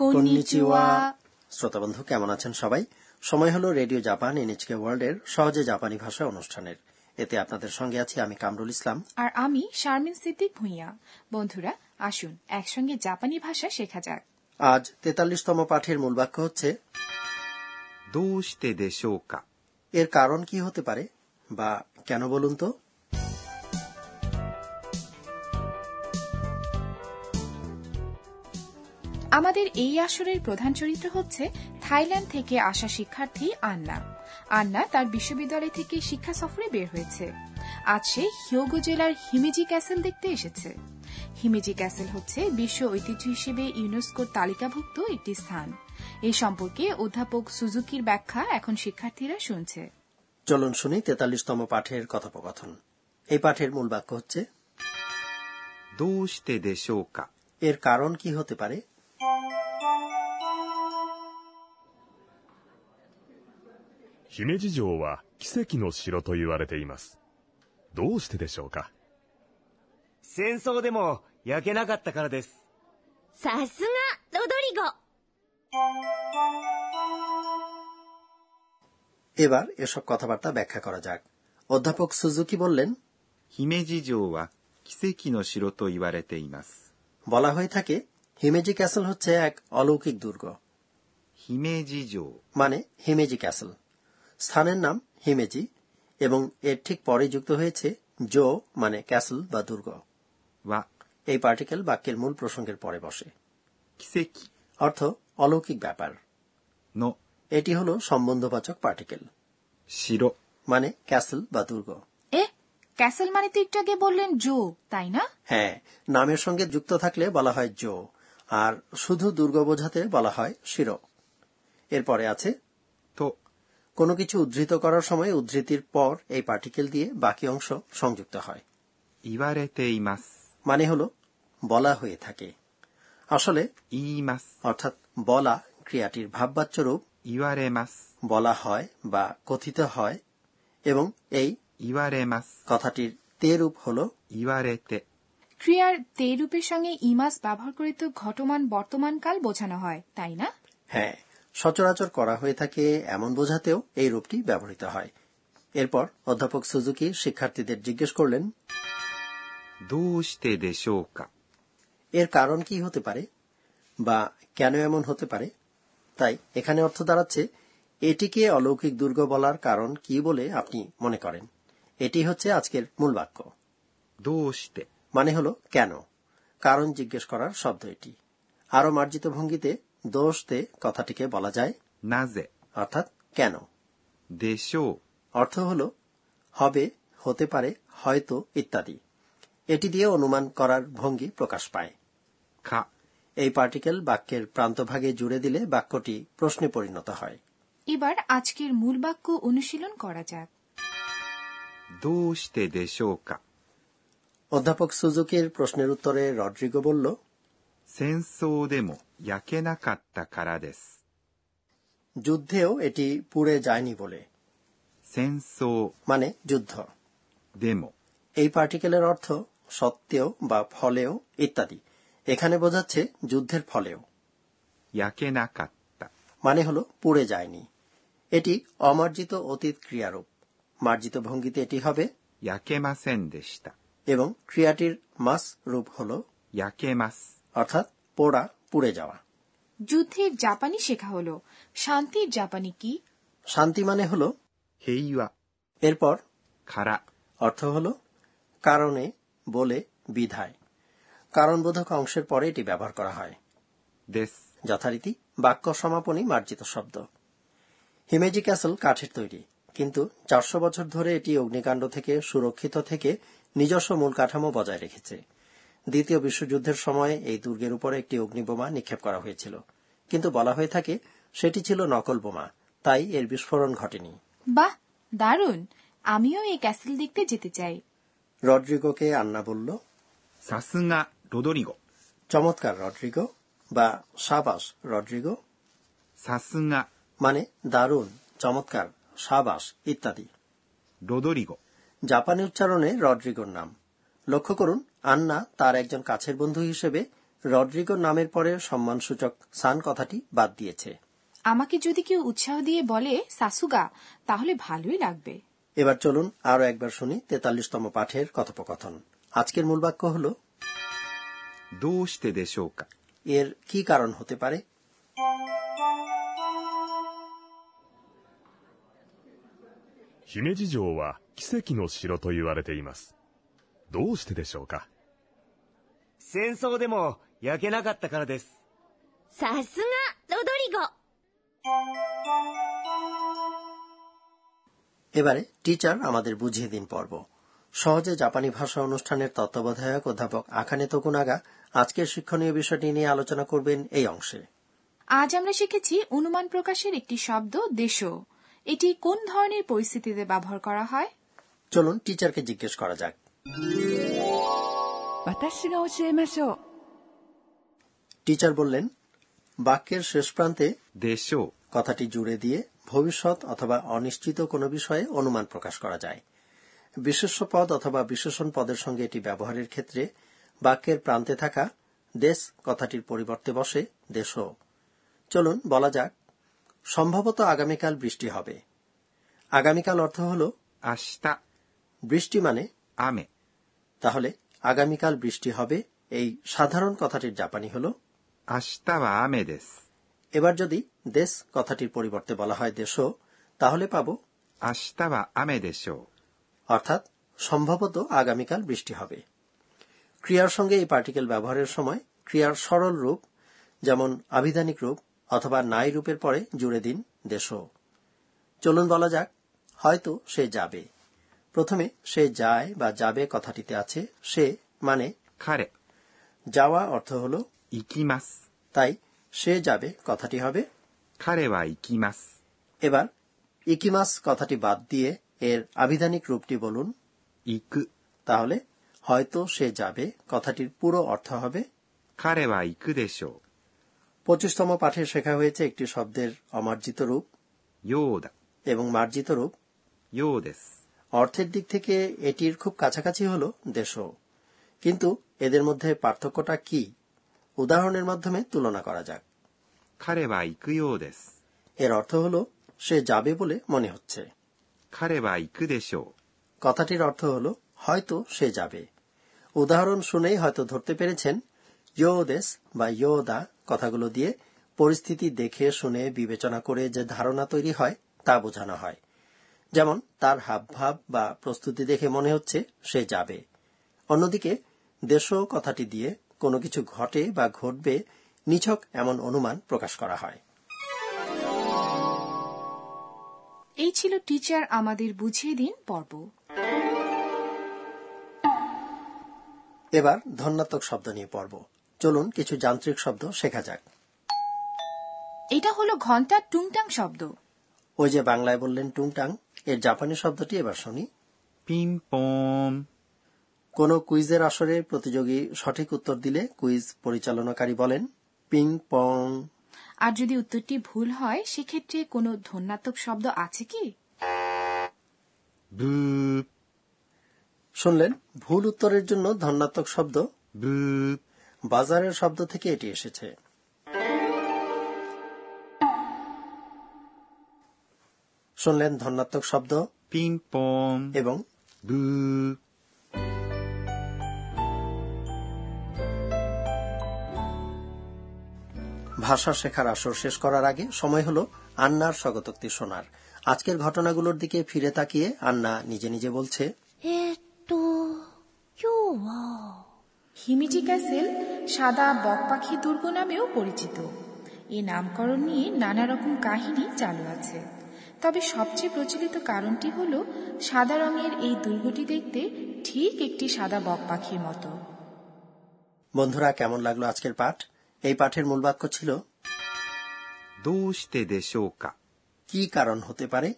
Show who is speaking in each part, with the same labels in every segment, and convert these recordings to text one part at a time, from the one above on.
Speaker 1: Konnichiwa.
Speaker 2: শ্রোতা বন্ধু কেমন আছেন সবাই সময় হলো রেডিও জাপান এনএচকে ওয়ার্ল্ডের সহজে জাপানি ভাষা অনুষ্ঠানের এতে আপনাদের সঙ্গে আছি আমি কামরুল ইসলাম
Speaker 1: আর আমি শারমিন সিদ্দিক ভুঁইয়া বন্ধুরা আসুন একসঙ্গে জাপানি ভাষা শেখা যাক
Speaker 2: আজ তেতাল্লিশতম পাঠের মূল বাক্য হচ্ছে
Speaker 3: どうしてでしょうか
Speaker 2: এর কারণ কি হতে পারে বা কেন বলুন তো
Speaker 1: আমাদের এই আসরের প্রধান চরিত্র হচ্ছে থাইল্যান্ড থেকে আসা শিক্ষার্থী আন্না আন্না তার বিশ্ববিদ্যালয় থেকে শিক্ষা সফরে বের হয়েছে আজ সে হিয়োগো জেলার হিমেজি ক্যাসেল দেখতে এসেছে হিমেজি ক্যাসেল হচ্ছে বিশ্ব ঐতিহ্য হিসেবে ইউনেস্কোর তালিকাভুক্ত একটি স্থান এই সম্পর্কে অধ্যাপক সুজুকির ব্যাখ্যা এখন শিক্ষার্থীরা শুনছে
Speaker 2: চলুন শুনি তেতাল্লিশতম পাঠের কথোপকথন এই পাঠের মূল বাক্য হচ্ছে
Speaker 3: どうしてでしょうか
Speaker 2: এর কারণ কি হতে পারে
Speaker 4: 姫路城は奇跡の城と言われています。どうしてでしょうか
Speaker 5: 戦争でも焼けなかったからです。
Speaker 6: さすが、ロドリゴ
Speaker 2: এবার এসব কথাবার্তা ব্যাখ্যা করা যাক অধ্যাপক সুজুকি বললেন
Speaker 3: 姫路城は奇跡の城と言われています。
Speaker 2: বলা হয়ে থাকে হিমেজি ক্যাসেল হচ্ছে এক অলৌকিক দুর্গ
Speaker 3: 姫路城
Speaker 2: মানে হিমেজি ক্যাসেল স্থানের নাম হিমেজি এবং এর ঠিক পরে যুক্ত হয়েছে জো মানে ক্যাসেল বা দুর্গ
Speaker 3: は
Speaker 2: এই পার্টিকেল বাক্যের মূল প্রসঙ্গের পরে বসে
Speaker 3: 奇跡
Speaker 2: অর্থ অলৌকিক ব্যাপার
Speaker 3: の
Speaker 2: এটি হল সম্বন্ধবাচক পার্টিকেল
Speaker 3: 城
Speaker 2: মানে ক্যাসেল বা দুর্গ
Speaker 1: এ ক্যাসেল মানে তো একটু আগে বললেন জো তাই না
Speaker 2: হ্যাঁ নামের সঙ্গে যুক্ত থাকলে বলা হয় জো আর শুধু দুর্গ বোঝাতে বলা হয় শিরো এরপরে আছে
Speaker 3: と
Speaker 2: কোনো কিছু উদ্ধৃত করার সময় উদ্ধৃতির পর এই পার্টিকেল দিয়ে বাকি অংশ সংযুক্ত হয়
Speaker 3: 言われています。
Speaker 2: মানে হল বলা হয়ে থাকে আসলে
Speaker 3: 言います。
Speaker 2: অর্থাৎ বলা ক্রিয়াটির ভাববাচ্য রূপ
Speaker 3: 言われます。
Speaker 2: বলা হয় বা কথিত হয় এবং এই
Speaker 3: 言われます。
Speaker 2: কথাটির তে রূপ হল
Speaker 3: 言われて。
Speaker 1: ক্রিয়ার তে রূপের সঙ্গে ইমাস ব্যবহার করে তো ঘটমান বর্তমানকাল বোঝানো হয় তাই না
Speaker 2: হ্যাঁ সচরাচর করা হয়ে থাকে এমন বোঝাতেও এই রূপটি ব্যবহৃত হয় এরপর অধ্যাপক সুজুকি শিক্ষার্থীদের জিজ্ঞেস করলেন
Speaker 3: どうしてでしょうか
Speaker 2: এর কারণ কি হতে পারে বা কেন এমন হতে পারে তাই এখানে অর্থ দাঁড়াচ্ছে এটিকে অলৌকিক দুর্গ বলার কারণ কি বলে আপনি মনে করেন এটি হচ্ছে আজকের মূল বাক্য
Speaker 3: どうして、
Speaker 2: মানে হলো কেন কারণ জিজ্ঞেস করার শব্দ এটি আরো মার্জিত ভঙ্গিতে দোষতে কথাটিকে বলা যায়
Speaker 3: なぜ、
Speaker 2: অর্থাৎ কেন
Speaker 3: でしょう、
Speaker 2: অর্থ হল হবে হতে পারে হয়তো ইত্যাদি এটি দিয়ে অনুমান করার ভঙ্গি প্রকাশ পায়
Speaker 3: か、
Speaker 2: এই পার্টিকেল বাক্যের প্রান্তভাগে জুড়ে দিলে বাক্যটি প্রশ্নে পরিণত হয়
Speaker 1: এবার আজকের মূল বাক্য অনুশীলন করা যাক
Speaker 3: どうしてでしょうか
Speaker 2: অধ্যাপক সুজুকির প্রশ্নের উত্তরে রড্রিগো বলল
Speaker 3: 戦争でも焼けなかったからです。
Speaker 2: যুদ্ধেও এটি পুড়ে যায়নি বলে
Speaker 3: 戦争
Speaker 2: মানে যুদ্ধ
Speaker 3: でも
Speaker 2: এই পার্টিকেলের অর্থ সত্ত্বেও বা ফলেও ইত্যাদি এখানে বোঝাচ্ছে যুদ্ধের ফলেও
Speaker 3: 焼けなかった。
Speaker 2: মানে হলো পুড়ে যায়নি এটি অমার্জিত অতীত ক্রিয়ারূপ মার্জিত ভঙ্গিতে এটি হবে
Speaker 3: 焼けませんでした。
Speaker 2: এবং ক্রিয়াটির মাস রূপ হল
Speaker 3: 焼けます。
Speaker 2: অর্থাৎ পোড়া পুড়ে যাওয়া
Speaker 1: যুদ্ধের জাপানি শেখা হলো শান্তির জাপানি কি
Speaker 2: শান্তি মানে হলো
Speaker 3: 平和
Speaker 2: এরপর
Speaker 3: から、
Speaker 2: অর্থ হল কারণে বলে বিধায় কারণবোধক অংশের পরে এটি ব্যবহার করা হয়
Speaker 3: です。
Speaker 2: যথারীতি বাক্য সমাপনী মার্জিত শব্দ হিমেজি ক্যাসেল কাঠের তৈরি কিন্তু চারশো বছর ধরে এটি অগ্নিকাণ্ড থেকে সুরক্ষিত থেকে নিজস্ব মূল কাঠামো বজায় রেখেছে দ্বিতীয় বিশ্বযুদ্ধের সময় এই দুর্গের উপরে একটি অগ্নিবোমা নিক্ষেপ করা হয়েছিল কিন্তু বলা হয়ে থাকে সেটি ছিল নকল বোমা তাই এর বিস্ফোরণ ঘটেনি
Speaker 1: বাহ দারুণ আমিও এই ক্যাসেল দেখতে যেতে চাই
Speaker 2: রড্রিগোকে আন্না বলল
Speaker 3: さすが、ロドリゴ。
Speaker 2: চমৎকার রড্রিগো বা সাবাস রড্রিগো
Speaker 3: さすが、
Speaker 2: মানে দারুণ চমৎকার সাবাস ইত্যাদি
Speaker 3: ロドリゴ。
Speaker 2: জাপানি উচ্চারণে রড্রিগোর নাম লক্ষ্য করুন আন্না তার একজন কাছের বন্ধু হিসেবে রড্রিগো নামের পরে সম্মানসূচক সান কথাটি বাদ দিয়েছে
Speaker 1: আমাকে যদি কেউ উৎসাহ দিয়ে বলে সাসুগা তাহলে ভালোই লাগবে
Speaker 2: এবার চলুন আরও একবার শুনি তেতাল্লিশতম পাঠের কথোপকথন আজকের মূল বাক্য হল
Speaker 3: どうしてでしょうか
Speaker 2: এর কি কারণ হতে পারে
Speaker 4: 姫路城は奇跡の城と言われています。どうしてでしょうか
Speaker 5: 戦争でも焼けなかったからです。
Speaker 6: さすが、ロドリゴ
Speaker 2: এবারে টিচার আমাদের বুঝিয়ে দিন পর্ব সহজে জাপানি ভাষা অনুষ্ঠানের তত্ত্বাবধায়ক অধ্যাপক আখানে তকুনাগা আজকের শিক্ষণীয় বিষয়টি নিয়ে আলোচনা করবেন এই অংশে
Speaker 1: আজ আমরা শিখেছি অনুমান প্রকাশের একটি শব্দ দেশ এটি কোন ধরনের পরিস্থিতিতে ব্যবহার করা হয়
Speaker 2: চলুন টিচারকে জিজ্ঞেস করা যাক
Speaker 7: 私が教えましょう
Speaker 2: টিচার বললেন বাক্যের শেষ প্রান্তে
Speaker 3: でしょ
Speaker 2: কথাটি জুড়ে দিয়ে ভবিষ্যৎ অথবা অনিশ্চিত কোনো বিষয়ে অনুমান প্রকাশ করা যায় বিশেষ্য পদ অথবা বিশেষণ পদের সঙ্গে এটি ব্যবহারের ক্ষেত্রে বাক্যের প্রান্তে থাকা দেশ কথাটির পরিবর্তে বসে দেশও চলুন বলা যাক সম্ভবত আগামীকাল বৃষ্টি হবে আগামীকাল অর্থ হল
Speaker 3: う明日
Speaker 2: বৃষ্টি মানে
Speaker 3: 雨
Speaker 2: তাহলে আগামীকাল বৃষ্টি হবে এই সাধারণ কথাটির জাপানি হল
Speaker 3: 明日は雨です
Speaker 2: এবার যদি দেশ কথাটির পরিবর্তে বলা হয় দেশও তাহলে পাবো
Speaker 3: 明日は雨でしょ
Speaker 2: অর্থাৎ সম্ভবত আগামীকাল বৃষ্টি হবে ক্রিয়ার সঙ্গে এই পার্টিকেল ব্যবহারের সময় ক্রিয়ার সরল রূপ যেমন আবিধানিক রূপ অথবা নাই রূপের পরে জুড়ে দিন দেশ চলুন বলা যাক হয়তো সে যাবে প্রথমে সে যায় বা যাবে কথাটিতে আছে সে মানে
Speaker 3: う彼
Speaker 2: যাওয়া অর্থ হল
Speaker 3: 行きます
Speaker 2: তাই সে যাবে কথাটি হবে
Speaker 3: 彼は行きます
Speaker 2: এবার ইকিমাস কথাটি বাদ দিয়ে এর আবিধানিক রূপটি বলুন
Speaker 3: 行く
Speaker 2: তাহলে হয়তো সে যাবে কথাটির পুরো অর্থ হবে
Speaker 3: 彼は行くでしょ
Speaker 2: পঁচিশতম পাঠে শেখা হয়েছে একটি শব্দের অমার্জিত রূপ
Speaker 3: うようだ
Speaker 2: এবং মার্জিত রূপ
Speaker 3: ようです
Speaker 2: অর্থের দিক থেকে এটির খুব কাছাকাছি হল দেশ কিন্তু এদের মধ্যে পার্থক্যটা কি উদাহরণের মাধ্যমে তুলনা করা যাক
Speaker 3: 彼は行くようです
Speaker 2: এর অর্থ হল সে যাবে বলে মনে হচ্ছে
Speaker 3: 彼は行くでしょ
Speaker 2: কথাটির অর্থ হল হয়তো সে যাবে উদাহরণ শুনেই হয়তো ধরতে পেরেছেন ইয়োদেস বা ইয়োদা কথাগুলো দিয়ে পরিস্থিতি দেখে শুনে বিবেচনা করে যে ধারণা তৈরি হয় তা বোঝানো হয় যেমন তার হাবভাব বা প্রস্তুতি দেখে মনে হচ্ছে সে যাবে অন্যদিকে দেশ কথাটি দিয়ে কোনো কিছু ঘটে বা ঘটবে নিছক এমন অনুমান প্রকাশ করা হয়
Speaker 1: এই ছিল টিচার আমাদের বুঝিয়ে দিন পর্ব
Speaker 2: এবার ধন্যাত্মক শব্দ নিয়ে পড়ব চলুন কিছু যান্ত্রিক শব্দ শেখা যাক
Speaker 1: এটা হলো ঘন্টার টুংটাং শব্দ
Speaker 2: ওই যে বাংলায় বললেন টুংটাং এর জাপানি শব্দটি এবার শুনি
Speaker 3: うピンポーン
Speaker 2: কোন কুইজের আসরে প্রতিযোগী সঠিক উত্তর দিলে কুইজ পরিচালনাকারী বলেন পিং পং
Speaker 1: আর যদি উত্তরটি ভুল হয় সেক্ষেত্রে কোনো ধন্যাত্মক শব্দ আছে কি
Speaker 3: ブー
Speaker 2: শুনলেন ভুল উত্তরের জন্য ধন্যাত্মক শব্দ
Speaker 3: ブー
Speaker 2: বাজারের শব্দ থেকে এটি এসেছে শুনলেন ধন্যাত্মক শব্দ
Speaker 3: ピンポーン
Speaker 2: এবং
Speaker 3: ブー
Speaker 2: ভাষা শেখার আসর শেষ করার আগে সময় হলো আন্নার স্বগতোক্তি শোনার আজকের ঘটনাগুলোর দিকে ফিরে তাকিয়ে আন্না নিজে নিজে বলছে
Speaker 6: えーっと、今日は、
Speaker 1: হিমিজি ক্যাসেল সাদা বকপাখি দুর্গ নামেও পরিচিত এই নামকরণ নিয়ে নানা রকম কাহিনী চালু আছে তবে সবচেয়ে প্রচলিত কারণটি হল সাদা রঙের এই দুর্গটি দেখতে ঠিক একটি সাদা বকপাখির মতো
Speaker 2: বন্ধুরা কেমন লাগলো আজকের পাঠ এই পাঠের মূল বাক্য ছিল
Speaker 3: どうしてでしょうか
Speaker 2: কি কারণ হতে পারে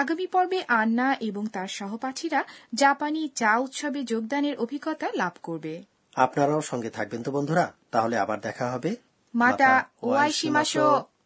Speaker 1: আগামী পর্বে আন্না এবং তার সহপাঠীরা জাপানি চা উৎসবে যোগদানের অভিজ্ঞতা লাভ করবে
Speaker 2: আপনারাও সঙ্গে থাকবেন তো বন্ধুরা তাহলে আবার দেখা হবে
Speaker 1: মাতা ওয়াই সীমাশো